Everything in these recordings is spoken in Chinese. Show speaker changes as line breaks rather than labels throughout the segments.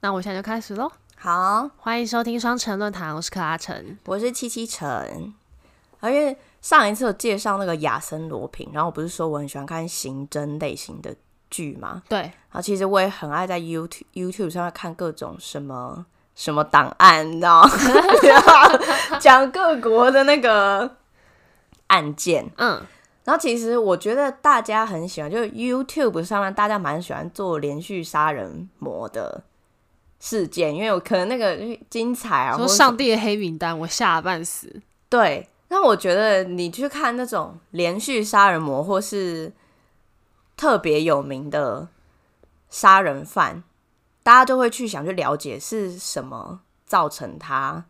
那我现在就开始喽，
好，
欢迎收听双城论坛，我是克拉城。
我是七七陈，而且上一次我介绍那个亚森罗平，然后我不是说我很喜欢看刑侦类型的剧吗？
对，
然后其实我也很爱在 YouTube YouTube 上面看各种什么什么档案，你知道吗？讲各国的那个案件，
嗯，
然后其实我觉得大家很喜欢，就是 YouTube 上面大家蛮喜欢做连续杀人魔的事件，因为我可能那个精彩啊，或
说
者
上帝的黑名单，我吓得半死。
对。那我觉得你去看那种连续杀人魔或是特别有名的杀人犯，大家就会去想去了解是什么造成他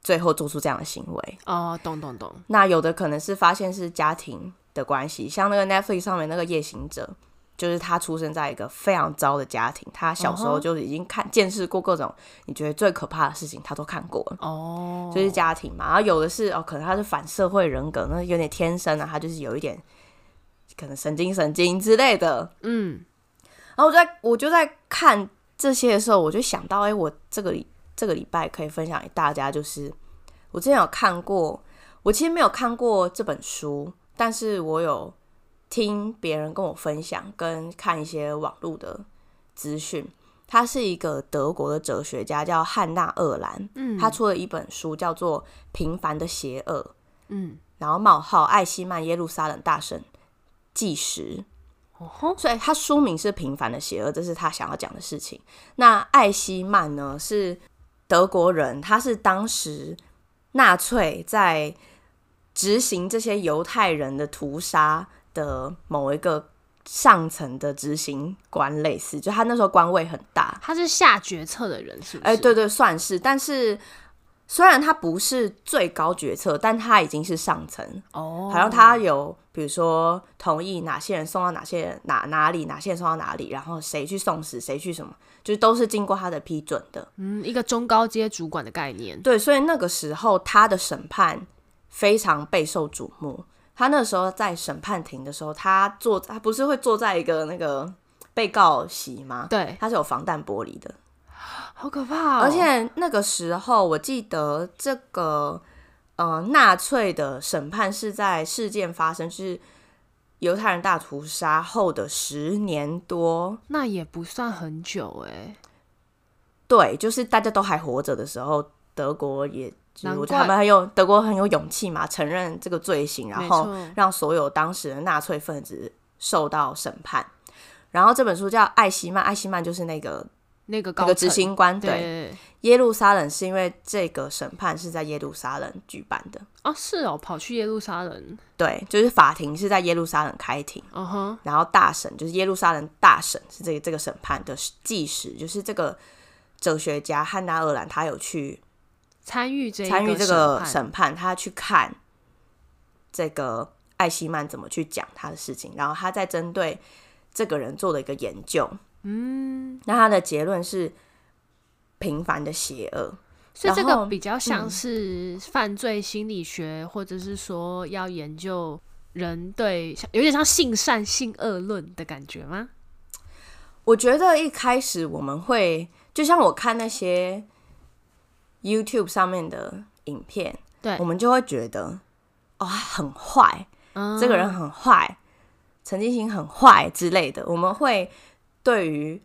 最后做出这样的行为。
哦，懂懂懂，
那有的可能是发现是家庭的关系，像那个 Netflix 上面那个《夜行者》，就是他出生在一个非常糟的家庭，他小
嗯
时候
哼
就已经看见识过各种你觉得最可怕的事情，他都看过了。
哦，
就是家庭嘛，然后有的是哦，可能他是反社会人格，那有点天生啊，他就是有一点可能神经神经之类的。
嗯，
然后我在我就在看这些的时候，我就想到，哎、我这个礼这个礼拜可以分享给大家，就是我之前有看过，我其实没有看过这本书，但是我有听别人跟我分享，跟看一些网络的资讯。他是一个德国的哲学家，叫汉娜·厄兰。嗯，他出了一本书，叫做《平凡的邪恶》。
嗯，
然后冒号艾希曼耶路撒冷大神纪实。
哦吼，
所以他书名是《平凡的邪恶》，这是他想要讲的事情。那艾希曼呢是德国人，他是当时纳粹在执行这些犹太人的屠杀的某一个上层的执行官，类似，就他那时候官位很大，
他是下决策的人，是不是？
哎、对对，算是。但是虽然他不是最高决策，但他已经是上层，
哦，
好像他有，比如说同意哪些人送到哪些人哪哪里，哪些人送到哪里，然后谁去送死，谁去什么，就是都是经过他的批准的。
嗯，一个中高阶主管的概念，
对，所以那个时候他的审判非常备受瞩目。他那时候在审判庭的时候，他坐他不是会坐在一个那个被告席吗？
对，
他是有防弹玻璃的，
好可怕、哦，
而且那个时候，我记得这个呃，纳粹的审判是在事件发生，就是犹太人大屠杀后的十年多，
那也不算很久哎、
对，就是大家都还活着的时候，德国也，就是
难
我觉得他
怪
们很有德国很有勇气嘛，承认这个罪行，然
没
后
错，
让所有当时的纳粹分子受到审判。然后这本书叫《艾希曼》，艾希曼就是那个
那个
那
高
个执
层
行官，
对
对，耶路撒冷是因为这个审判是在耶路撒冷举办的，
哦，是哦，跑去耶路撒冷，
对，就是法庭是在耶路撒冷开庭，
嗯哼，
然后大审就是耶路撒冷大审是这个这个审判的纪实，就是这个哲学家汉娜·厄兰他有去
参与这一
参与这个
判
审判，他去看这个艾希曼怎么去讲他的事情，然后他在针对这个人做了一个研究，嗯，那他的结论是平凡的邪恶，
所以这
然
个
后
比较像
嗯
是犯罪心理学，或者是说要研究人对，像有点像性善、性恶论的感觉吗？
我觉得一开始我们会，就像我看那些 YouTube 上面的影片，
对
我们就会觉得，哦，他很坏，
嗯，
这个人很坏，陈进兴很坏之类的，我们会对于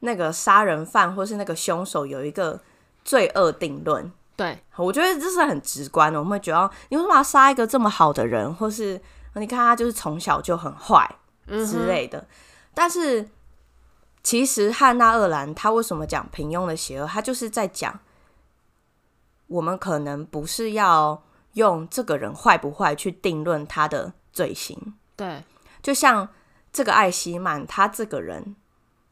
那个杀人犯或是那个凶手有一个罪恶定论。
对，
我觉得这是很直观的，我们会觉得，哦你为什么要杀一个这么好的人，或是哦你看他就是从小就很坏，
嗯
之
哼，
类的。但是其实汉娜·厄兰他为什么讲平庸的邪恶？他就是在讲我们可能不是要用这个人坏不坏去定论他的罪行，
对，
就像这个艾希曼他这个人。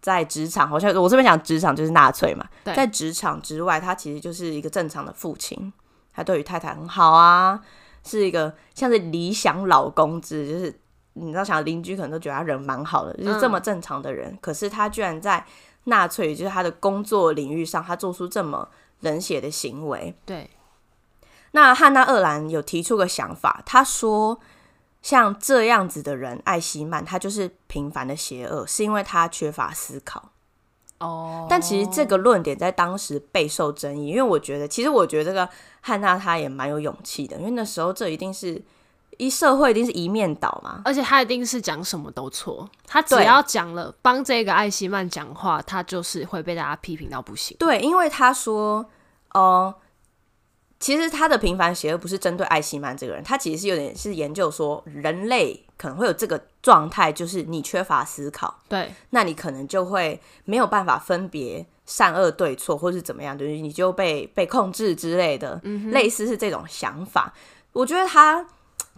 在职场，好像我这边讲职场就是纳粹嘛，
对
在职场之外，他其实就是一个正常的父亲，他对于太太很好啊，是一个像是理想老公之，就是你知道，想邻居可能都觉得他人蛮好的，就是这么正常的人，可是他居然在纳粹，就是他的工作领域上，他做出这么冷血的行为。
对，
那汉娜·厄兰有提出个想法，他说，像这样子的人，艾希曼他就是平凡的邪恶，是因为他缺乏思考。
哦，
但其实这个论点在当时备受争议，因为我觉得，其实我觉得这个汉娜她也蛮有勇气的，因为那时候这一定是一社会一定是一面倒嘛，
而且他一定是讲什么都错，他只
对
要讲了帮这个艾希曼讲话，他就是会被大家批评到不行。
对，因为他说，呃，其实他的平凡邪恶不是针对艾希曼这个人，他其实是有点是研究说人类可能会有这个状态，就是你缺乏思考，
对，
那你可能就会没有办法分别善恶对错，或是怎么样，就是你就被被控制之类的，类似是这种想法。我觉得他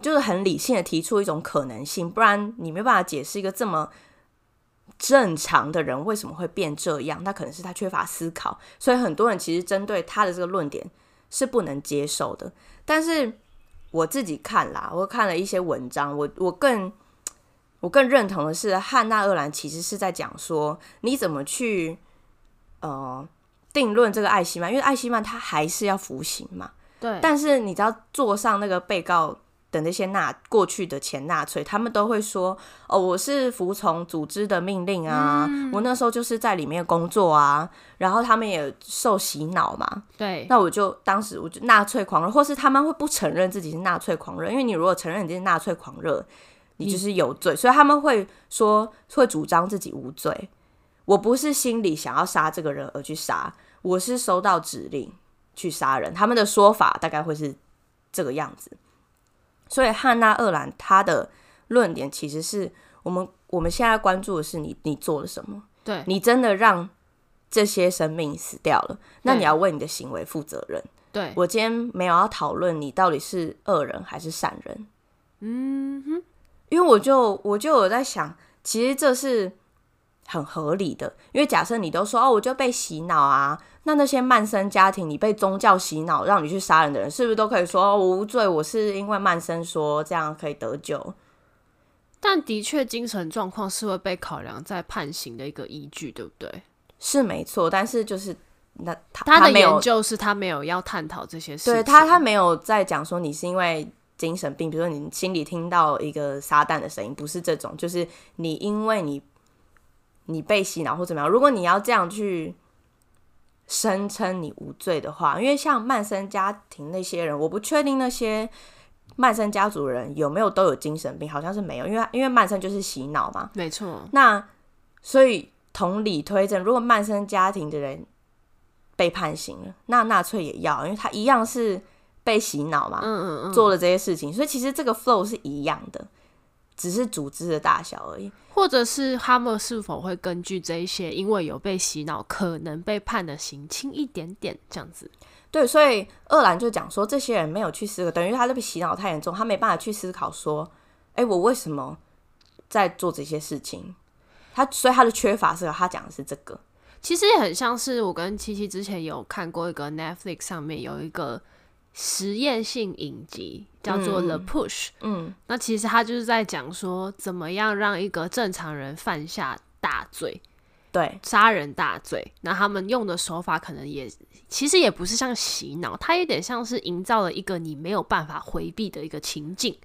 就是很理性的提出一种可能性，不然你没办法解释一个这么正常的人为什么会变这样。那可能是他缺乏思考，所以很多人其实针对他的这个论点是不能接受的。但是我自己看啦，我看了一些文章，我我更我更认同的是，汉娜·厄兰其实是在讲说你怎么去呃定论这个艾希曼，因为艾希曼他还是要服刑嘛。
对，
但是你知道，坐上那个被告的那些纳过去的前纳粹，他们都会说：“哦，我是服从组织的命令啊，我那时候就是在里面工作啊。”然后他们也受洗脑嘛。
对，
那我就当时我就纳粹狂热，或是他们会不承认自己是纳粹狂热，因为你如果承认你自己是纳粹狂热，你就是有罪，所以他们会说会主张自己无罪。我不是心里想要杀这个人而去杀，我是收到指令去杀人。他们的说法大概会是这个样子。所以汉娜·厄兰她的论点其实是我们我们现在关注的是你你做了什么。
对，
你真的让这些生命死掉了，那
对
你要为你的行为负责任。
对，
我今天没有要讨论你到底是恶人还是善人，嗯因为我就我就有在想，其实这是很合理的，因为假设你都说哦，我就被洗脑啊，那那些慢生家庭，你被宗教洗脑让你去杀人的人，是不是都可以说、哦、我无罪，我是因为慢生说这样可以得救？
但的确精神状况是会被考量在判刑的一个依据，对不对？
是没错，但是就是那他
他的
没有
研究是他没有要探讨这些事情，
对他，他没有在讲说你是因为精神病，比如说你心里听到一个撒旦的声音，不是这种，就是你因为你你被洗脑或怎么样。如果你要这样去声称你无罪的话，因为像曼森家庭那些人，我不确定那些曼森家族人有没有都有精神病，好像是没有，因为因为曼森就是洗脑嘛，
没错，
那所以同理推证，如果曼森家庭的人被判刑了，那纳粹也要，因为他一样是被洗脑嘛，
嗯嗯嗯，
做了这些事情，所以其实这个 flow 是一样的，只是组织的大小而已。
或者是他们是否会根据这一些，因为有被洗脑，可能被判的刑轻一点点这样子。
对，所以鄂兰就讲说，这些人没有去思考，等于他被洗脑太严重，他没办法去思考说，哎，我为什么在做这些事情？他所以他的缺乏是，他讲的是这个，
其实也很像是我跟七七之前有看过一个 Netflix 上面有一个实验性影集，叫做《The Push》。
嗯，
那其实他就是在讲说，怎么样让一个正常人犯下大罪，
对，
杀人大罪。那他们用的手法可能也其实也不是像洗脑，它有点像是营造了一个你没有办法回避的一个情境。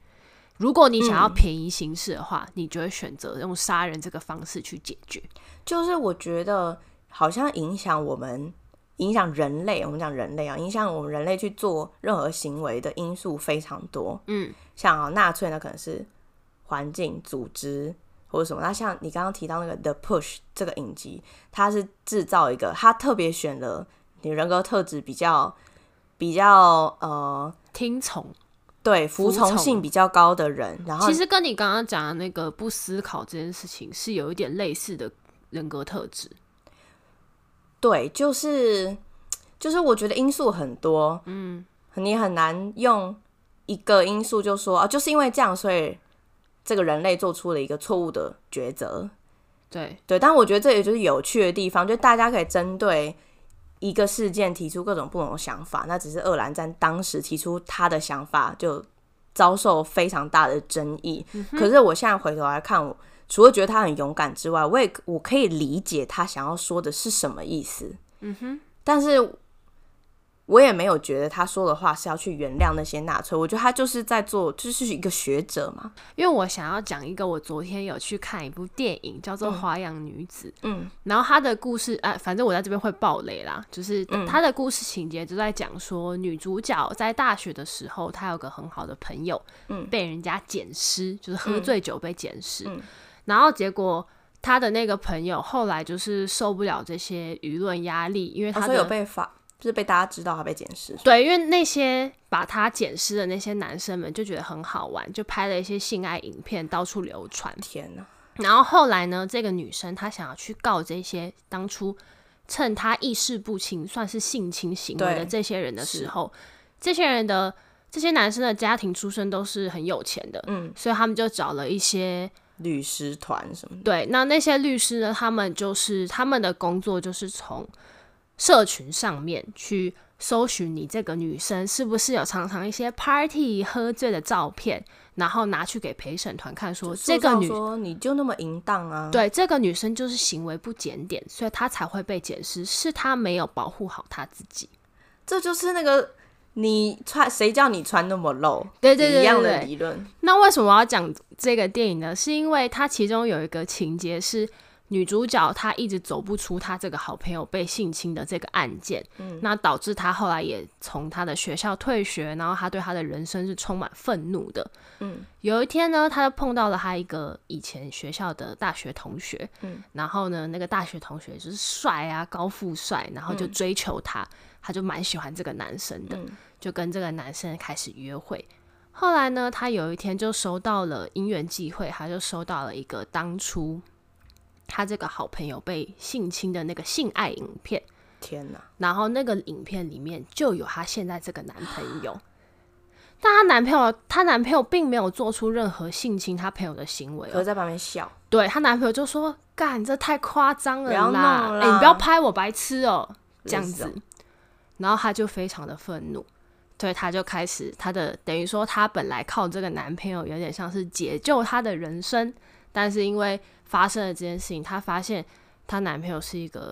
如果你想要便宜行事的话，你就会选择用杀人这个方式去解决。
就是我觉得好像影响我们，影响人类，我们讲人类啊，影响我们人类去做任何行为的因素非常多。
嗯，
像啊纳粹呢，可能是环境、组织或者什么。那像你刚刚提到那个《The Push》这个影集，它是制造一个，它特别选了你人格特质比较比较呃，
听从。
对服
服从
从性比较高的人，然后
其实跟你刚刚讲的那个不思考这件事情是有一点类似的人格特质。
对，就是就是，我觉得因素很多，嗯，你很难用一个因素就说啊，就是因为这样，所以这个人类做出了一个错误的抉择。
对，
对，但我觉得这也就是有趣的地方，就大家可以针对一个事件提出各种不同的想法。那只是鄂兰在当时提出他的想法，就遭受非常大的争议。
嗯
可是我现在回头来看，我除了觉得他很勇敢之外，我也我可以理解他想要说的是什么意思。嗯哼，但是我也没有觉得他说的话是要去原谅那些纳粹，我觉得他就是在做，就是一个学者嘛。
因为我想要讲一个，我昨天有去看一部电影，叫做《花样女子》，
嗯，
然后她的故事，啊，反正我在这边会爆雷啦，就是
嗯
她的故事情节就在讲说，女主角在大学的时候，她有个很好的朋友，
嗯
被人家捡尸，就是喝醉酒被捡尸，
嗯
然后结果。她的那个朋友后来就是受不了这些舆论压力，因为
他
她
说
的
哦有被发，就是被大家知道他被检视。
对，因为那些把他捡尸的那些男生们就觉得很好玩，就拍了一些性爱影片到处流传。
天哪，
然后后来呢，这个女生她想要去告这些当初趁她意识不清、算是性侵行为的
对
这些人的时
是
候，这些人的这些男生的家庭出身都是很有钱的，
嗯，
所以他们就找了一些
律师团什么的，
对，那那些律师呢？他们就是他们的工作就是从社群上面去搜寻你这个女生是不是有常常一些 party 喝醉的照片，然后拿去给陪审团看说，哦
就
这个
塑造
女
说你就那么淫荡啊，，
对这个女生就是行为不检点，所以她才会被检视，是她没有保护好她自己。
这就是那个你穿谁叫你穿那么露，
对对对
一样
对
的
对
理论，
那为什么我要讲这个电影呢？是因为它其中有一个情节是女主角她一直走不出她这个好朋友被性侵的这个案件，嗯，那导致她后来也从她的学校退学，然后她对她的人生是充满愤怒的。
嗯，
有一天呢，她就碰到了她一个以前学校的大学同学，
嗯，
然后呢，那个大学同学就是帅啊，高富帅，然后就追求她，她就蛮喜欢这个男生的，
嗯
就跟这个男生开始约会。后来呢，她有一天就收到了因缘际会，她就收到了一个当初她这个好朋友被性侵的那个性爱影片，
天哪，
然后那个影片里面就有她现在这个男朋友。但她男朋友，她男朋友并没有做出任何性侵她朋友的行为哦、
我在旁边笑，
对她男朋友就说：“干，这太夸张了
不要弄
啦！哎、
啦
你不要拍我，白痴哦、这样
类似
子
哦。
然后她就非常的愤怒，对，她就开始她的等于说她本来靠这个男朋友有点像是解救她的人生，但是因为发生了这件事情，她发现她男朋友是一个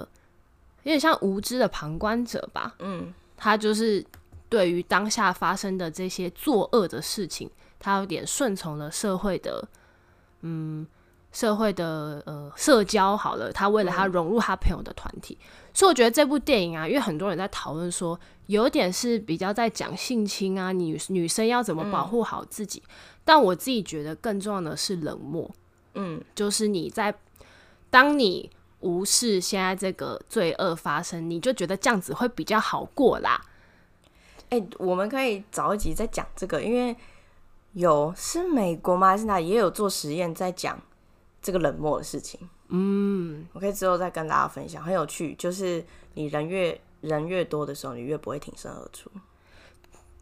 有点像无知的旁观者吧，
嗯，
她就是对于当下发生的这些作恶的事情，她有点顺从了社会的，嗯，社会的呃社交好了，她为了她融入她朋友的团体，所以我觉得这部电影啊，因为很多人在讨论说，有点是比较在讲性侵啊，女女生要怎么保护好自己，但我自己觉得更重要的是冷漠，
嗯，
就是你在当你无视现在这个罪恶发生，你就觉得这样子会比较好过啦。
哎、我们可以早一集再讲这个，因为有是美国吗？还是哪里也有做实验在讲这个冷漠的事情？嗯，我可以之后再跟大家分享，很有趣。就是你人越人越多的时候，你越不会挺身而出。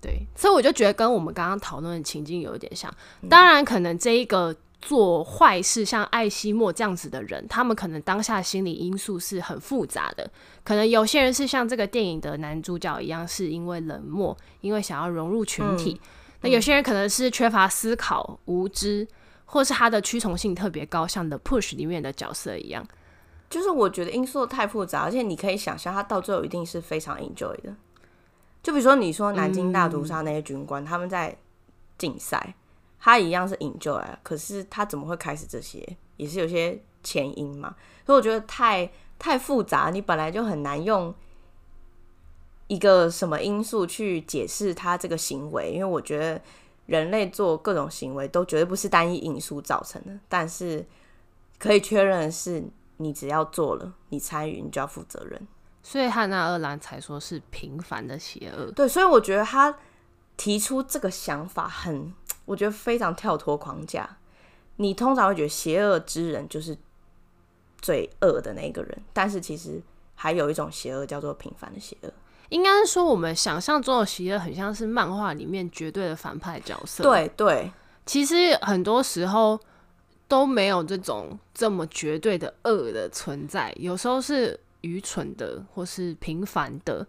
对，所以我就觉得跟我们刚刚讨论的情境有一点像。当然，可能这一个做坏事，像艾希莫这样子的人，他们可能当下心理因素是很复杂的。可能有些人是像这个电影的男主角一样，是因为冷漠，因为想要融入群体；那有些人可能是缺乏思考、无知，或是他的屈从性特别高，像《The Push》里面的角色一样。
就是我觉得因素太复杂，而且你可以想象，他到最后一定是非常 enjoy 的。就比如说你说南京大屠杀那些军官，他们在竞赛，他一样是 enjoy，啊可是他怎么会开始这些，也是有些前因嘛。所以我觉得太太复杂，你本来就很难用一个什么因素去解释他这个行为，因为我觉得人类做各种行为都绝对不是单一因素造成的，但是可以确认的是，你只要做了，你参与，你就要负责任。
所以汉娜·厄兰才说是平凡的邪恶。
对，所以我觉得他提出这个想法很，我觉得非常跳脱框架。你通常会觉得邪恶之人就是最恶的那一个人，但是其实还有一种邪恶叫做平凡的邪恶。
应该是说，我们想象中的邪恶很像是漫画里面绝对的反派角色。，
对对，
其实很多时候都没有这种这么绝对的恶的存在，有时候是愚蠢的或是平凡的。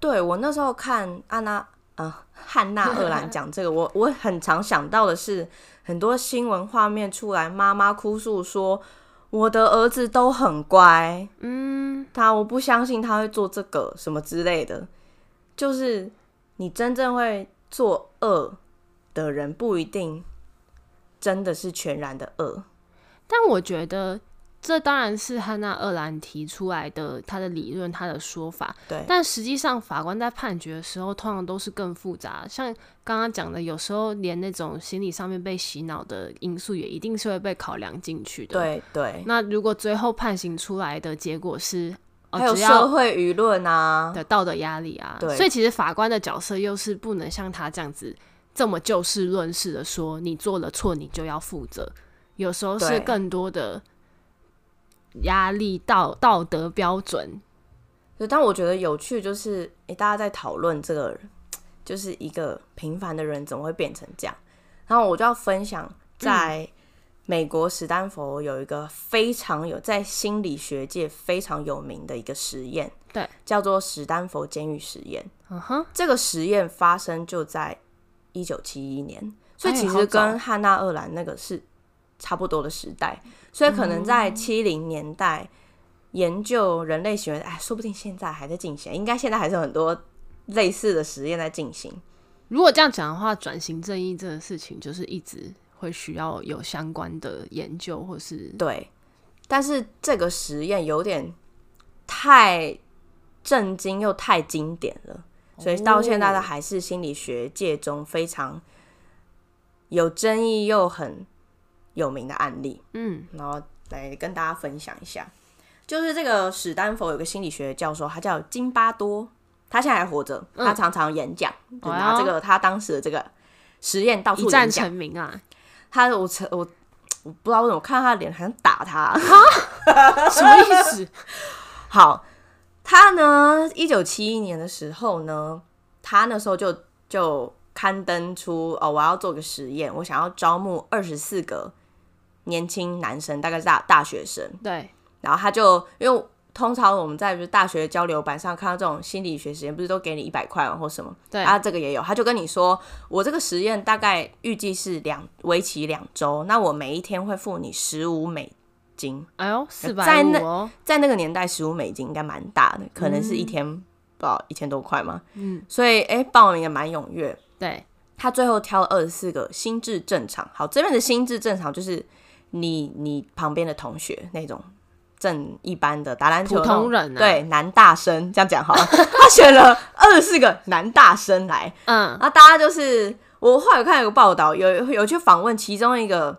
对我那时候看安娜啊汉娜厄兰讲这个，我我很常想到的是，很多新闻画面出来，妈妈哭诉说我的儿子都很乖，
嗯，
他我不相信他会做这个什么之类的。就是你真正会做恶的人，不一定真的是全然的恶。
但我觉得这当然是汉娜·厄兰提出来的他的理论，他的说法。
对，
但实际上，法官在判决的时候，通常都是更复杂。像刚刚讲的，有时候连那种心理上面被洗脑的因素，也一定是会被考量进去的。。
对对，
那如果最后判刑出来的结果是，
还
哦，
有
只
社
要
会舆论啊，
的道德压力啊，
对
所以其实法官的角色又是不能像他这样子这么就事论事的说，你做了错，你就要负责。有时候是
对
更多的压力道道德标准，
对，但我觉得有趣就是，诶、大家在讨论这个，就是一个平凡的人怎么会变成这样。然后我就要分享，在美国史丹佛有一个非常有在心理学界非常有名的一个实验，
对，
叫做史丹佛监狱实验。
嗯哼，
这个实验发生就在一九七一年，所以
哎
其
好
实
早
跟汉娜·厄兰那个是差不多的时代，所以可能
嗯
在七零年代研究人类行为，哎，说不定现在还在进行，应该现在还是有很多类似的实验在进行。
如果这样讲的话，转型正义这个事情就是一直会需要有相关的研究，或是
对，但是这个实验有点太震惊又太经典了，所以到现在
哦
它还是心理学界中非常有争议又很有名的案例。
嗯，
然后来跟大家分享一下，就是这个史丹佛有个心理学教授，他叫金巴多，他现在还活着，
嗯哦
他常常演讲，就拿这个他当时的这个实验到
一
处演
战
讲。
成名 啊，
他我曾我我不知道为什么我看他的脸很想打他。
什么意思？
好，他呢，一九七一年的时候呢，他那时候就就刊登出哦，我要做个实验，我想要招募二十四个年轻男生，大概是大大学生。
对，
然后他就因为通常我们在比如大学交流版上看到这种心理学实验，不是都给你一百块吗或什么？
对
啊，这个也有，他就跟你说，我这个实验大概预计是两为期两周，那我每一天会付你十五美金。
哎呦，四百
在
五
那
哦，
在那个年代，十五美金应该蛮大的，可能是一天、不知道一千多块嘛。
嗯，
所以哎、诶报名也蛮踊跃。
对，
他最后挑了二十四个心智正常，好，这边的心智正常就是你你旁边的同学那种正一般的打篮球
普
的那种
通人啊，，
对男大生这样讲好了，他选了二十四个男大生来，
嗯，
那啊大家就是我后来有看有个报道，有有去访问其中一个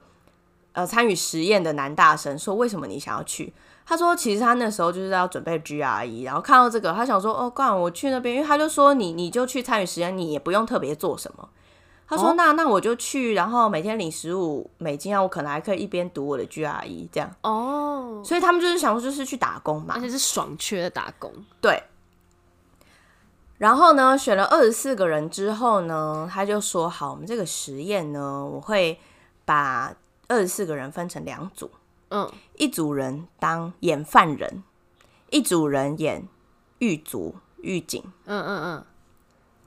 呃参与实验的男大生，说为什么你想要去？他说其实他那时候就是要准备 GRE，然后看到这个，他想说哦，干我去那边，因为他就说你你就去参与实验，你也不用特别做什么。他说
哦
那、那我就去，然后每天领十五美金啊，我可能还可以一边读我的 GRE 这样，
哦，
所以他们就是想说就是去打工嘛
而，且是爽缺的打工，
对。然后呢，选了二十四个人之后呢，他就说：“好，我们这个实验呢，我会把二十四个人分成两组，
嗯，
一组人当演犯人，一组人演狱卒、狱警。
嗯嗯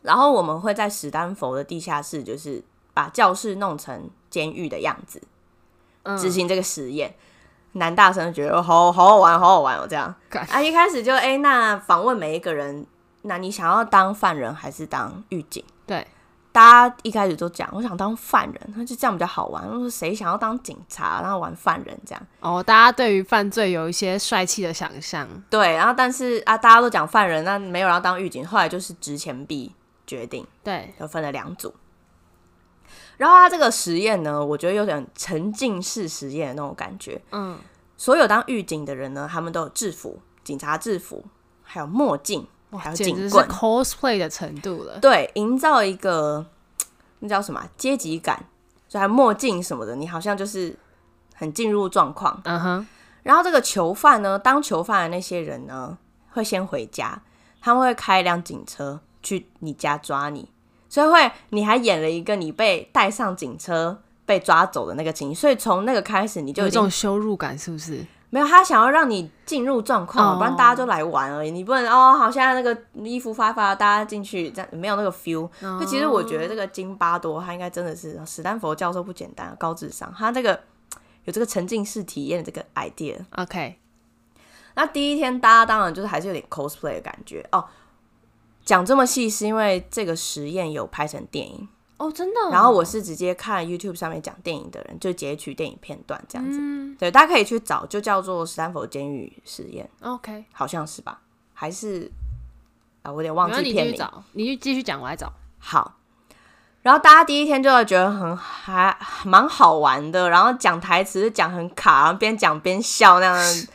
然后我们会在史丹佛的地下室，就是把教室弄成监狱的样子，
嗯，
执行这个实验。男大生觉得哦好好好玩，好好玩哦，这样。
干
啊，一开始就哎、诶那访问每一个人，那你想要当犯人还是当狱警？
对，
大家一开始都讲，我想当犯人，他就这样比较好玩。我说谁想要当警察，然后玩犯人这样？
哦，大家对于犯罪有一些帅气的想象，
对，然后但是啊，大家都讲犯人，那没有人要当狱警，后来就是值钱币决定，
对，
就分了两组。然后他这个实验呢，我觉得有点沉浸式实验的那种感觉。
嗯，
所有当狱警的人呢，他们都有制服、警察制服，还有墨镜，还
哇，
有
简直
警
是
棍。
cosplay 的程度了，
对，营造一个那叫什么啊阶级感，就还有墨镜什么的，你好像就是很进入状况。
嗯哼，
然后这个囚犯呢，当囚犯的那些人呢，会先回家，他们会开一辆警车去你家抓你，所以会你还演了一个你被带上警车被抓走的那个情形，所以从那个开始你就
有
已
一
经
种羞辱感，是不是？
没有，他想要让你进入状况，
哦
不然大家就来玩而已。你不能哦，好，现在那个衣服发发，大家进去，这样没有那个 feel。
哦
就其实我觉得这个津巴多他应该真的是史丹佛教授不简单，高智商，他这个有这个沉浸式体验的这个 idea。
OK，
那第一天大家当然就是还是有点 cosplay 的感觉哦。讲这么细是因为这个实验有拍成电影，
哦，真的哦、
然后我是直接看 YouTube 上面讲电影的人，就截取电影片段这样子。
嗯
对，大家可以去找，就叫做斯坦福监狱实验，
，OK，
好像是吧？还是啊，我有点忘
然后
记
你继
片
续
名。
找，你就继续讲，我来找。
好，然后大家第一天就会觉得很还蛮好玩的，然后讲台词就讲很卡，然后边讲边笑 那样。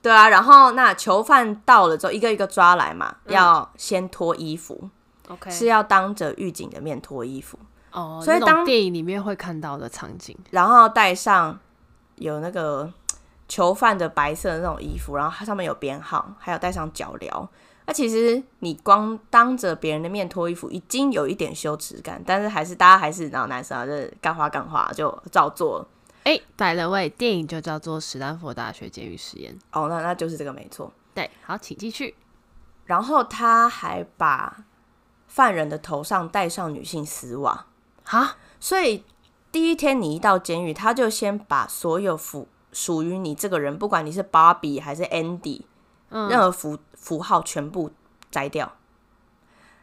对啊，然后那囚犯到了之后，一个一个抓来嘛，要先脱衣服，
嗯 OK，
是要当着狱警的面脱衣服，
哦，
所以
那种
当
电影里面会看到的场景，
然后戴上有那个囚犯的白色的那种衣服，然后它上面有编号，还有戴上脚镣。那其实你光当着别人的面脱衣服，已经有一点羞耻感，但是还是大家还是然后男生啊，就是干花干花就照做了。
哎、by the way，电影就叫做《史丹佛大学监狱实验》。
哦，那那就是这个没错。
对，好，请继续。
然后他还把犯人的头上戴上女性丝袜，
哈，
所以第一天你一到监狱，他就先把所有符属于你这个人，不管你是芭比还是 Andy，、任
嗯
何符符号全部摘掉，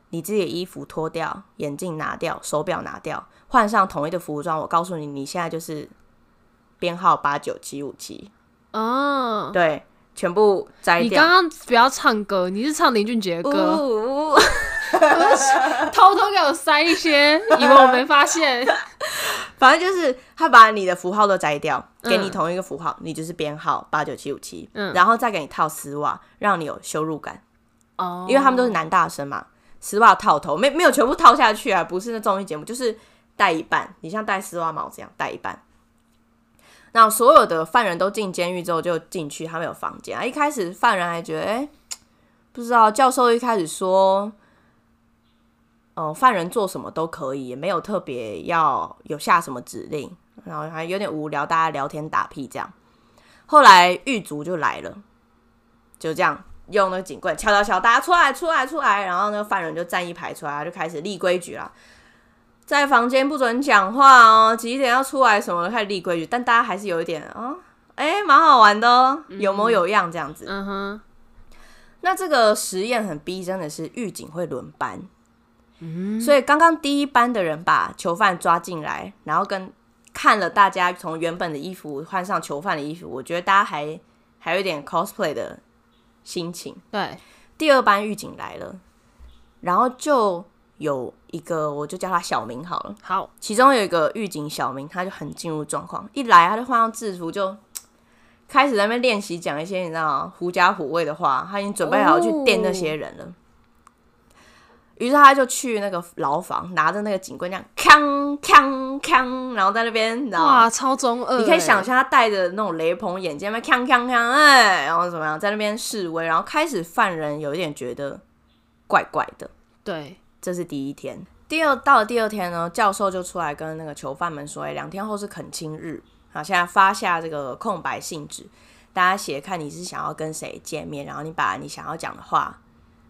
你自己的衣服脱掉，眼镜拿掉，手表拿掉，换上统一的服装。我告诉你，你现在就是编号八九七五七，
哦，
对，全部摘
你
掉
刚。刚不要唱歌，你是唱林俊杰的
哦
歌，
呜
偷偷给我塞一些，以为我没发现。
反正就是他把你的符号都摘掉，给你
嗯
同一个符号，你就是编号八九七五七，
嗯
然后再给你套丝袜，让你有羞辱感，
哦，
因为他们都是男大生嘛，丝袜套头没没有全部套下去啊，不是那综艺节目，就是戴一半，你像戴丝袜帽这样戴一半。那所有的犯人都进监狱之后就进去，他们有房间啊。一开始犯人还觉得，哎、不知道教授一开始说，哦、犯人做什么都可以，也没有特别要有下什么指令，然后还有点无聊，大家聊天打屁这样。后来狱卒就来了，就这样用那个警棍敲敲敲，大家出来出来出来，然后那个犯人就站一排出来，就开始立规矩啦。在房间不准讲话哦，几点要出来什么的，开始立规矩，但大家还是有一点啊，哎、蛮好玩的哦，有模有样这样子。
嗯哼，
那这个实验很逼真的是，狱警会轮班。所以刚刚第一班的人把囚犯抓进来，然后跟看了大家从原本的衣服换上囚犯的衣服，我觉得大家还还有点 cosplay 的心情。
对，
第二班狱警来了，然后就有一个，我就叫他小明好了。
好，
其中有一个狱警小明，他就很进入状况，一来他就换上制服就。开始在那边练习讲一些你知道狐假虎威的话，他已经准备好去电那些人了。于是他就去那个牢房，拿着那个警棍这样锵锵锵，然后在那边你知道吗
哇，超中二欸，
你可以想象他戴着那种雷朋眼镜，那边锵锵锵，哎，然后怎么样，在那边示威，然后开始犯人有一点觉得怪怪的，
对，
这是第一天。第二到了第二天呢，教授就出来跟那个囚犯们说，哎、两天后是恳亲日，好，现在发下这个空白信纸，大家写看你是想要跟谁见面，然后你把你想要讲的话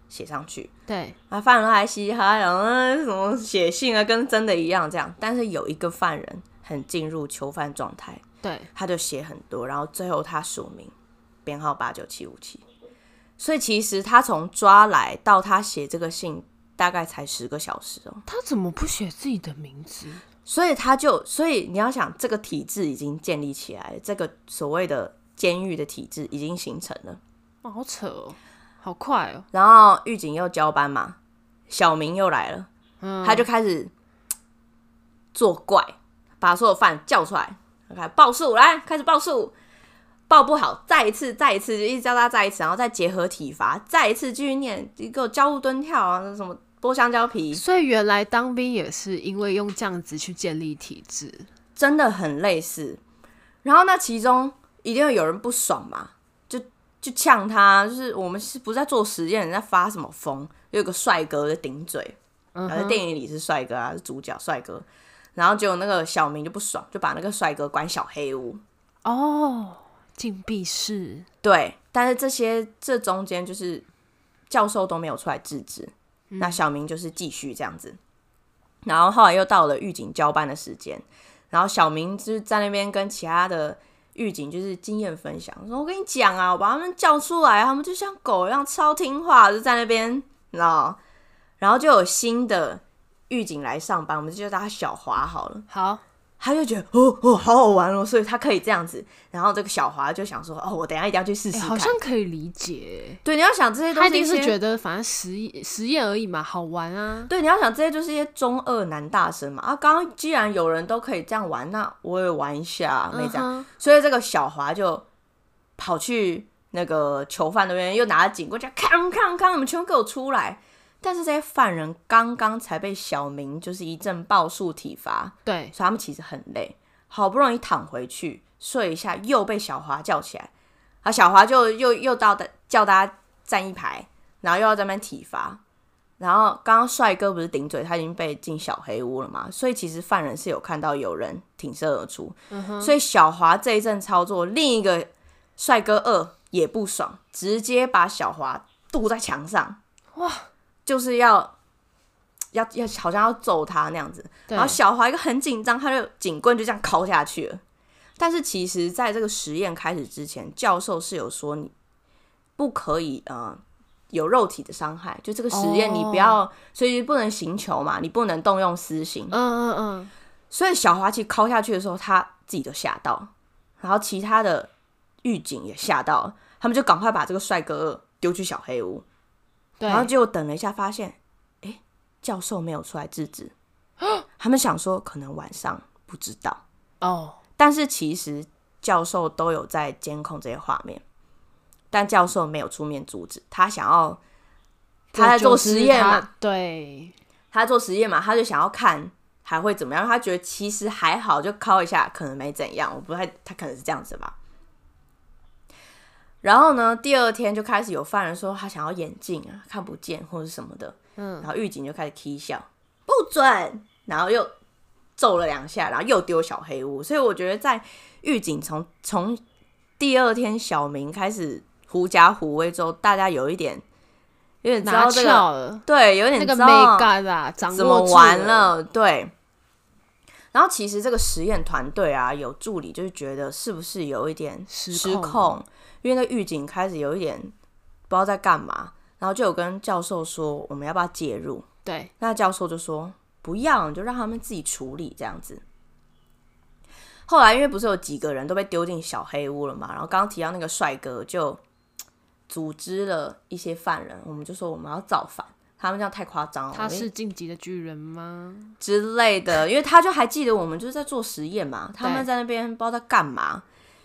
写上去。
对，
啊，犯人还嘻哈，然后呃什么写信啊，跟真的一样这样。但是有一个犯人很进入囚犯状态。
对，
他就写很多，然后最后他署名编号八九七五七，所以其实他从抓来到他写这个信大概才十个小时哦，
他怎么不写自己的名字？
所以他就所以你要想这个体制已经建立起来了，这个所谓的监狱的体制已经形成了，
哇，好扯哦，好快哦，
然后狱警又交班嘛，小明又来了，
嗯，
他就开始嘖作怪，把所有犯叫出来，开始报数，来开始报数，报不好再一次，再一次，就一直叫他再一次，然后再结合体罚，再一次继续念，你给我交互蹲跳啊，那什么剥香蕉皮，
所以原来当兵也是因为用这样子去建立体制，
真的很类似。然后那其中一定会有人不爽嘛，就就呛他，就是我们是不是在做实验，人在发什么疯？有个帅哥在顶嘴，
嗯
然后
哼，
电影里是帅哥啊，是主角帅哥。然后结果那个小明就不爽，就把那个帅哥关小黑屋。
哦，禁闭室，
对，但是这些这中间就是教授都没有出来制止，
嗯
那小明就是继续这样子。然后后来又到了狱警交班的时间，然后小明就是在那边跟其他的狱警就是经验分享，说我跟你讲啊，我把他们叫出来，他们就像狗一样超听话，就在那边，你知道。然后就有新的狱警来上班，我们就叫他小华好了。
好，
他就觉得哦哦，好好玩哦，所以他可以这样子。然后这个小华就想说，哦，我等一下一定要去试
哎
试看。
好像可以理解。
对，你要想这些东
他
西，
一定是
得
觉得反正实验实验而已嘛，好玩啊。
对，你要想这些就是一些中二男大生嘛。啊，刚刚既然有人都可以这样玩，那我也玩一下，啊没这样。
嗯哼
所以这个小华就跑去那个囚犯那边，又拿着警棍，就康康康，你们全部给我出来！但是这些犯人刚刚才被小明就是一阵暴术体罚，
对，
所以他们其实很累，好不容易躺回去睡一下，又被小华叫起来，啊，小华就又又到的叫大家站一排，然后又要在那边体罚，然后刚刚帅哥不是顶嘴，他已经被进小黑屋了嘛，所以其实犯人是有看到有人挺身而出，所以小华这一阵操作，另一个帅哥二也不爽，直接把小华堵在墙上，
哇，
就是要。要要好像要揍他那样子，
对
然后小华一个很紧张，他就警棍就这样敲下去了。但是其实，在这个实验开始之前，教授是有说你不可以呃有肉体的伤害，就这个实验
哦
你不要，所以不能行求嘛，你不能动用私刑
嗯。嗯嗯，
所以小华其实敲下去的时候，他自己都吓到，然后其他的狱警也吓到了，他们就赶快把这个帅哥丢去小黑屋。
对，
然后结果等了一下，发现，哎、教授没有出来制止， 他们想说可能晚上不知道，
哦，
但是其实教授都有在监控这些画面，但教授没有出面阻止，他想要他在
这就
做
是
实验嘛，
他，对，
他在做实验嘛，他就想要看还会怎么样，他觉得其实还好，就敲一下可能没怎样，我不太他可能是这样子吧。然后呢，第二天就开始有犯人说他想要眼镜啊，看不见或者什么的，
嗯，
然后狱警就开始 k 笑，不准，然后又揍了两下，然后又丢小黑屋。所以我觉得在狱警从从第二天小明开始狐假虎威之后，大家有一点有点知
拿
道这个，
翘了，
对，有点
那个
知
m
道
a God 啊，掌握
怎么
住
玩？了，对。然后其实这个实验团队啊，有助理就是觉得是不是有一点
失
失
控
控，因为那狱警开始有一点不知道在干嘛，然后就有跟教授说我们要不要介入，
对，
那教授就说不要，你就让他们自己处理这样子。后来因为不是有几个人都被丢进小黑屋了嘛，然后刚刚提到那个帅哥就嘖组织了一些犯人，我们就说我们要造反，他们这样太夸张了，
他
我们
是晋级的巨人吗？
之类的，因为他就还记得我们就是在做实验嘛，他们
对
在那边不知道在干嘛。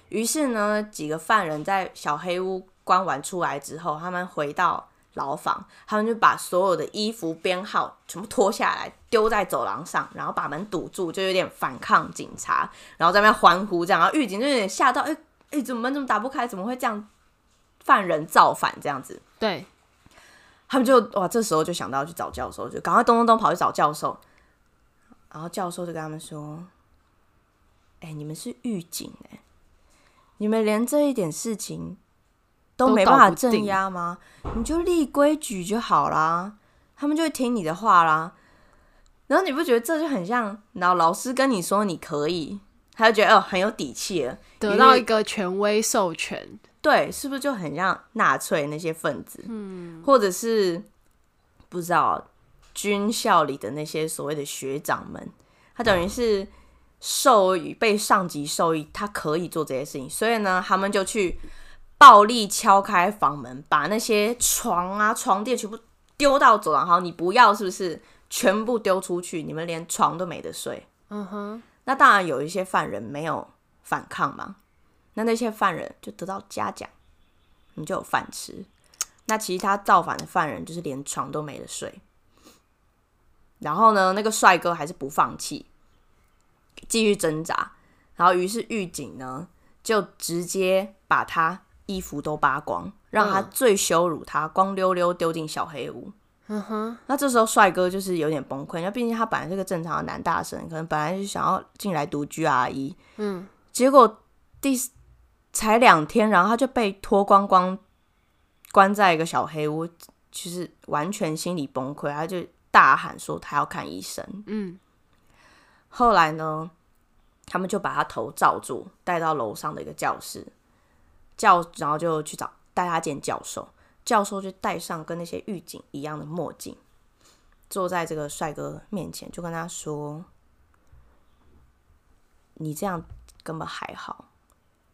于是呢，几个犯人在小黑屋关完出来之后，他们回到牢房，他们就把所有的衣服编号全部脱下来丢在走廊上，然后把门堵住，就有点反抗警察，然后在那边欢呼这样，然后狱警就有点吓到，哎、哎、怎么门怎么打不开？怎么会这样？犯人造反这样子，
对，
他们就哇，这时候就想到要去找教授，就赶快咚咚咚跑去找教授。然后教授就跟他们说：“哎、你们是狱警哎、你们连这一点事情都
都
没
搞
办法
不定
镇压吗？你就立规矩就好啦，他们就会听你的话啦。然后你不觉得这就很像，然后老师跟你说你可以，他就觉得哦很有底气了，
得
因
到
为
一个权威授权，
对，是不是就很像纳粹那些分子？嗯，或者是不知道军校里的那些所谓的学长们，他等于是授予被上级授予，他可以做这些事情，所以呢，他们就去暴力敲开房门，把那些床啊、床垫全部丢到走廊，好，你不要是不是？全部丢出去，你们连床都没得睡。
嗯哼，
那当然有一些犯人没有反抗嘛，那那些犯人就得到嘉奖，你就有饭吃。那其他造反的犯人就是连床都没得睡。然后呢，那个帅哥还是不放弃，继续挣扎。然后于是狱警呢就直接把他衣服都扒光，让他
嗯
最羞辱他，光溜溜丢进小黑屋。
嗯哼，
那这时候帅哥就是有点崩溃，因为毕竟他本来是个正常的男大生，可能本来就想要进来读 GRE，
嗯，
结果第四才两天，然后他就被脱光光关在一个小黑屋，其实完全心理崩溃，他就大喊说他要看医生。
嗯，
后来呢，他们就把他头罩住，带到楼上的一个教室，教然后就去找带他见教授，教授就戴上跟那些狱警一样的墨镜，坐在这个帅哥面前，就跟他说：“你这样根本还好，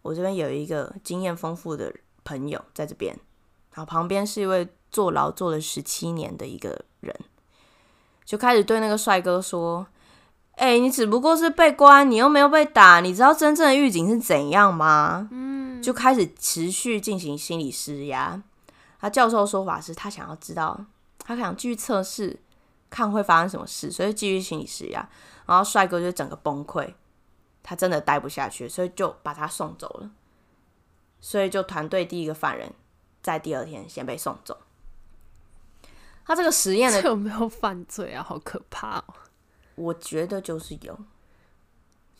我这边有一个经验丰富的朋友在这边，然后旁边是一位坐牢坐了十七年的一个人，就开始对那个帅哥说。”哎、你只不过是被关，你又没有被打，你知道真正的狱警是怎样吗？嗯，就开始持续进行心理施压。他教授说法是他想要知道，他想继续测试，看会发生什么事，所以继续心理施压。然后帅哥就整个崩溃，他真的待不下去，所以就把他送走了。所以就团队第一个犯人在第二天先被送走。他这个实验的
这有没有犯罪啊？好可怕哦！
我觉得就是有，
嗯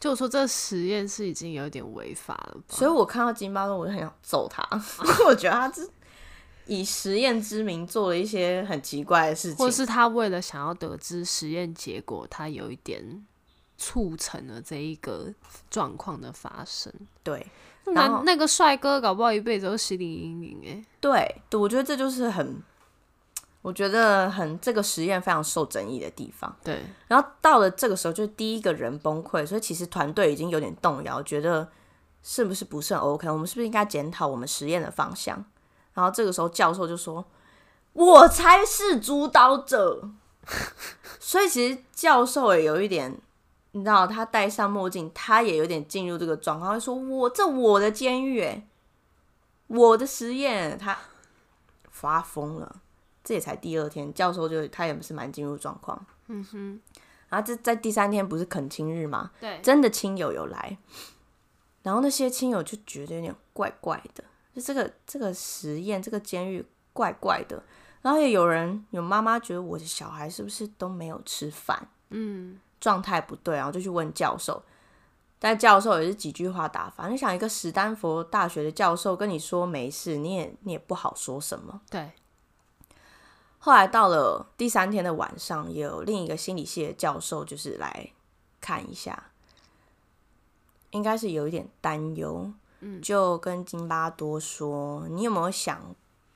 就说这实验室已经有点违法了吧？
所以我看到金巴顿，我就很想揍他，
嗯
因 为我觉得他是以实验之名做了一些很奇怪的事
或
情。
是他为了想要得知实验结果，他有一点促成了这一个状况的发生。
对然
那
后
那个帅哥搞不好一辈子都心理阴影哎、
对对，我觉得这就是很，我觉得很这个实验非常受争议的地方。
对，
然后到了这个时候，就是第一个人崩溃，所以其实团队已经有点动摇，觉得是不是不是很 OK？我们是不是应该检讨我们实验的方向？然后这个时候教授就说：“我才是主导者。” 所以其实教授也有一点，你知道，他戴上墨镜，他也有点进入这个状况，他会说：“我这我的监狱，哎，我的实验。”他发疯了。这也才第二天，教授就他也是蛮进入状况。然后这在第三天不是恳亲日吗？
对，
真的亲友有来，然后那些亲友就觉得有点怪怪的，就这个这个实验这个监狱怪怪的。然后也有人有妈妈觉得我的小孩是不是都没有吃饭，嗯，状态不对，然后就去问教授，但教授也是几句话打发。你想一个史丹佛大学的教授跟你说没事，你也你也不好说什么。
对，
后来到了第三天的晚上，也有另一个心理系的教授就是来看一下，应该是有一点担忧，嗯，就跟津巴多说：“你有没有想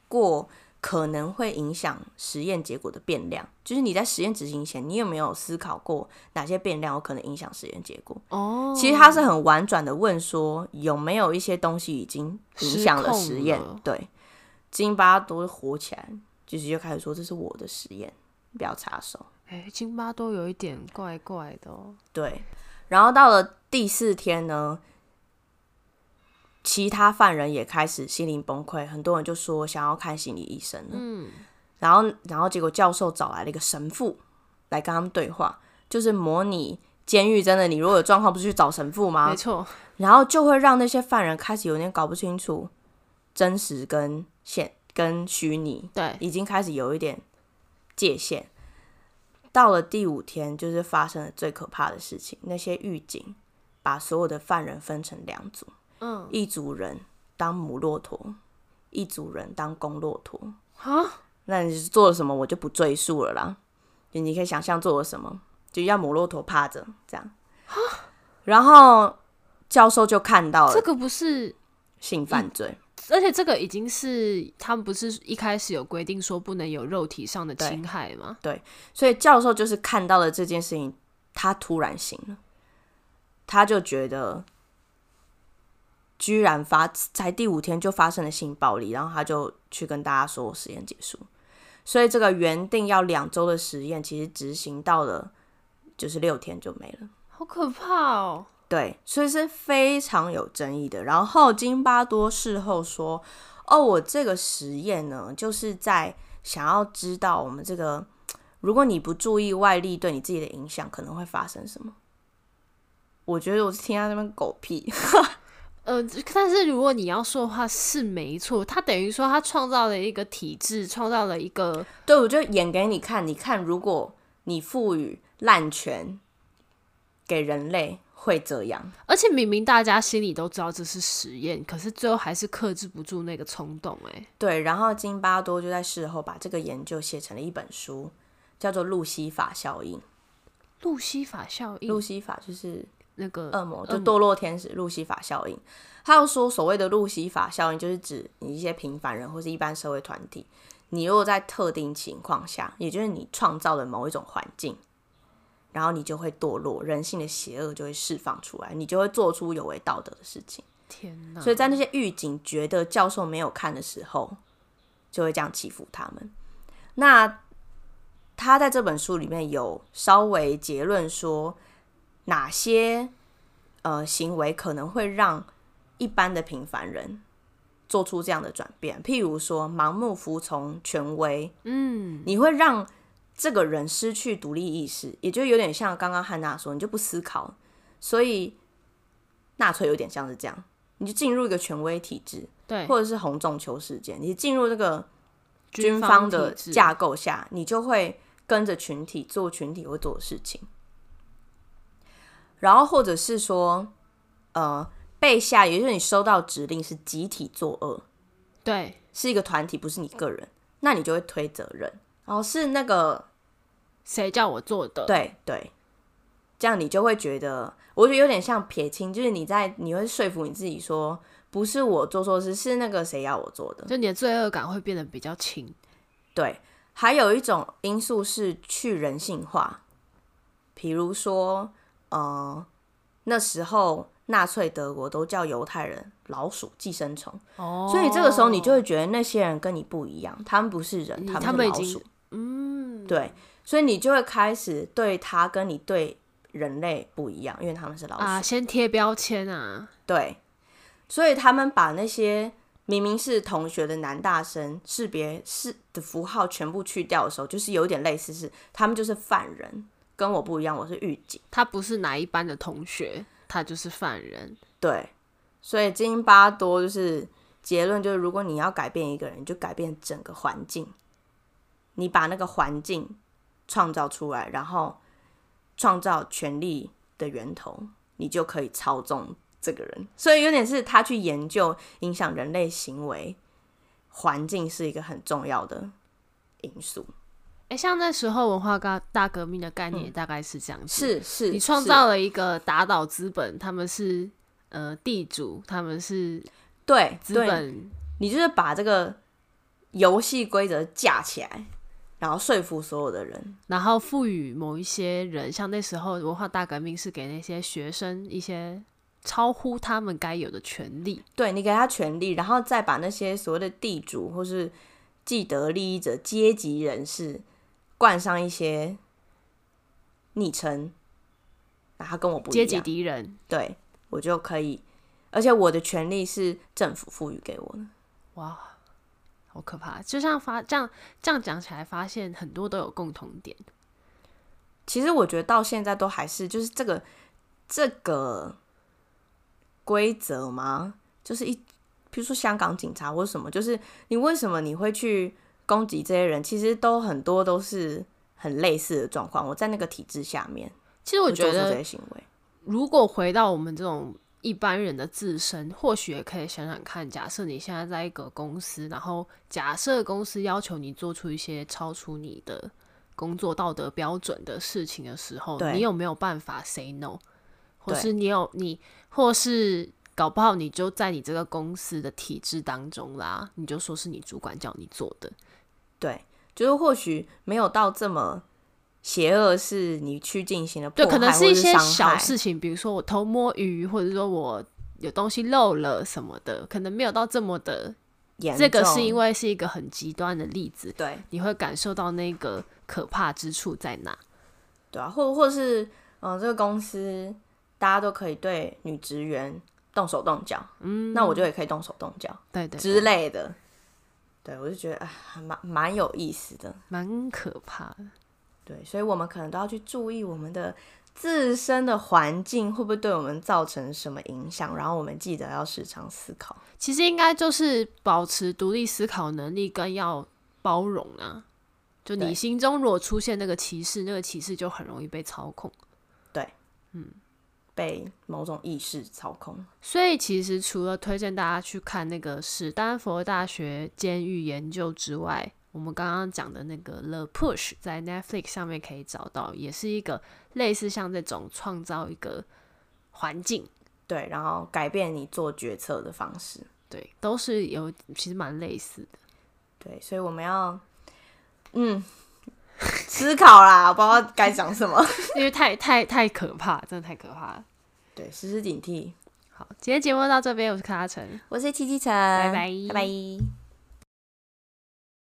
过可能会影响实验结果的变量？就是你在实验执行前，你有没有思考过哪些变量有可能影响实验结果？”
哦，
其实他是很婉转的问说，有没有一些东西已经影响了
失控
实验
了？
对，津巴多火起来，就是就开始说这是我的实验，不要插手。
哎、津巴多有一点怪怪的哦。
对，然后到了第四天呢，其他犯人也开始心灵崩溃，很多人就说想要看心理医生了。
嗯，
然后，然后结果教授找来了一个神父来跟他们对话，就是模拟监狱真的，你如果有状况，不是去找神父吗？
没错，
然后就会让那些犯人开始有点搞不清楚真实跟现跟虚拟，
对，
已经开始有一点界限。到了第五天，就是发生了最可怕的事情，那些狱警把所有的犯人分成两组，
嗯，
一组人当母骆驼，一组人当公骆驼。
啊，
那你是做了什么，我就不赘述了啦。就你可以想象做了什么，就让母骆驼趴着这样。然后教授就看到了
这个不是，
性犯罪，
而且这个已经是他们不是一开始有规定说不能有肉体上的
对
侵害吗？
所以教授就是看到了这件事情，他突然醒了，他就觉得居然发才第五天就发生了性暴力，然后他就去跟大家说实验结束。所以这个原定要两周的实验，其实执行到了就是六天就没了。
好可怕哦！
对，所以是非常有争议的。然后津巴多事后说：“哦，我这个实验呢，就是在想要知道我们这个，如果你不注意外力对你自己的影响，可能会发生什么。”我觉得我是听他那边狗屁，
呃，但是如果你要说的话是没错，他等于说他创造了一个体制，创造了一个
对我就演给你看。你看，如果你赋予滥权给人类，会这样。
而且明明大家心里都知道这是实验，可是最后还是克制不住那个冲动、哎，
对，然后津巴多就在事后把这个研究写成了一本书，叫做《路西法效应》。
路西法效应
路西法就是
那个
嗯恶魔，就堕落天使路西法效应。他又说，所谓的路西法效应，就是指你一些平凡人或是一般社会团体，你如果在特定情况下，也就是你创造的某一种环境，然后你就会堕落，人性的邪恶就会释放出来，你就会做出有违道德的事情。
天哪！
所以在那些狱警觉得教授没有看的时候，就会这样欺负他们。那他在这本书里面有稍微结论说，哪些呃行为可能会让一般的平凡人做出这样的转变，譬如说盲目服从权威，嗯，你会让这个人失去独立意识，也就有点像刚刚汉娜说，你就不思考，所以纳粹有点像是这样，你就进入一个权威体制，
对
或者是红中秋事件，你进入这个军
军
方的
体制
架构下，你就会跟着群体做群体会做的事情，然后或者是说，呃，被下，也就是你收到指令是集体作恶，
对
是一个团体，不是你个人，那你就会推责任，然后是那个
谁叫我做的？
对对，这样你就会觉得，我觉得有点像撇清，就是你在你会说服你自己说，不是我做错事，是那个谁要我做的，
就你的罪恶感会变得比较轻。
对，还有一种因素是去人性化，比如说，呃，那时候纳粹德国都叫犹太人“老鼠”“寄生虫”，
哦
所以这个时候你就会觉得那些人跟你不一样，他们不是人，
你
他们
他
是
们已
老
经
鼠。嗯，对，所以你就会开始对他跟你对人类不一样，因为他们是老鼠。
啊，先贴标签啊，
对，所以他们把那些明明是同学的男大生识别是的符号全部去掉的时候，就是有点类似是他们就是犯人，跟我不一样，我是狱警。
他不是哪一班的同学，他就是犯人。
对，所以津巴多就是结论就是，如果你要改变一个人，你就改变整个环境，你把那个环境创造出来，然后创造权力的源头，你就可以操纵这个人。所以有点是他去研究影响人类行为，环境是一个很重要的因素。
哎、像那时候文化大大革命的概念也大概是这样子，
嗯是是，
你创
是
造了一个打倒资本，他们是呃地主，他们是
对
资
对
本，
你就是把这个游戏规则架起来，然后说服所有的人。
然后赋予某一些人，像那时候文化大革命是给那些学生一些超乎他们该有的权利。
对你给他权利，然后再把那些所谓的地主或是既得利益者、阶级人士冠上一些昵称，然后他跟我不一
阶级
样，
敌人。
对我就可以，而且我的权利是政府赋予给我的。
哇，好可怕！就像发这样这样讲起来，发现很多都有共同点。
其实我觉得到现在都还是就是这个这个规则吗？就是一，比如说香港警察或什么，就是你为什么你会去攻击这些人？其实都很多都是很类似的状况。我在那个体制下面，
其实我
会做
觉
出这
得，
些行为，
如果回到我们这种一般人的自身，或许也可以想想看，假设你现在在一个公司，然后假设公司要求你做出一些超出你的工作道德标准的事情的时候，
对
你有没有办法 say no？或
对
是你有你，或是搞不好你就在你这个公司的体制当中啦，你就说是你主管叫你做的，
对，就是或许没有到这么邪恶，是你去进行了
对，
迫害
可能
或是
一些
伤
小
害
事情，比如说我偷摸鱼，或者说我有东西漏了什么的，可能没有到这么的。
严
这个
重
是因为是一个很极端的例子，
对
你会感受到那个可怕之处在哪。
对啊，或或是嗯、呃这个公司大家都可以对女职员动手动脚，嗯，那我就也可以动手动脚
对对
之
对，
类的。对，我就觉得啊，还蛮蛮有意思的。
蛮可怕的。
对，所以我们可能都要去注意我们的自身的环境会不会对我们造成什么影响，然后我们记得要时常思考。
其实应该就是保持独立思考能力，跟要包容啊。就你
对
心中如果出现那个歧视，那个歧视就很容易被操控。
被某种意识操控，
所以其实除了推荐大家去看那个史丹佛大学监狱研究之外，我们刚刚讲的那个《The Push》在 Netflix 上面可以找到，也是一个类似像这种创造一个环境，
对，然后改变你做决策的方式。
对，都是有其实蛮类似的。
对，所以我们要嗯思考啦，我不知道该讲什么。
因为太太太可怕，真的太可怕了。
对，时时警惕。
好，今天节目到这边，我是柯阿成。
我是七七城，
嗯拜
拜拜。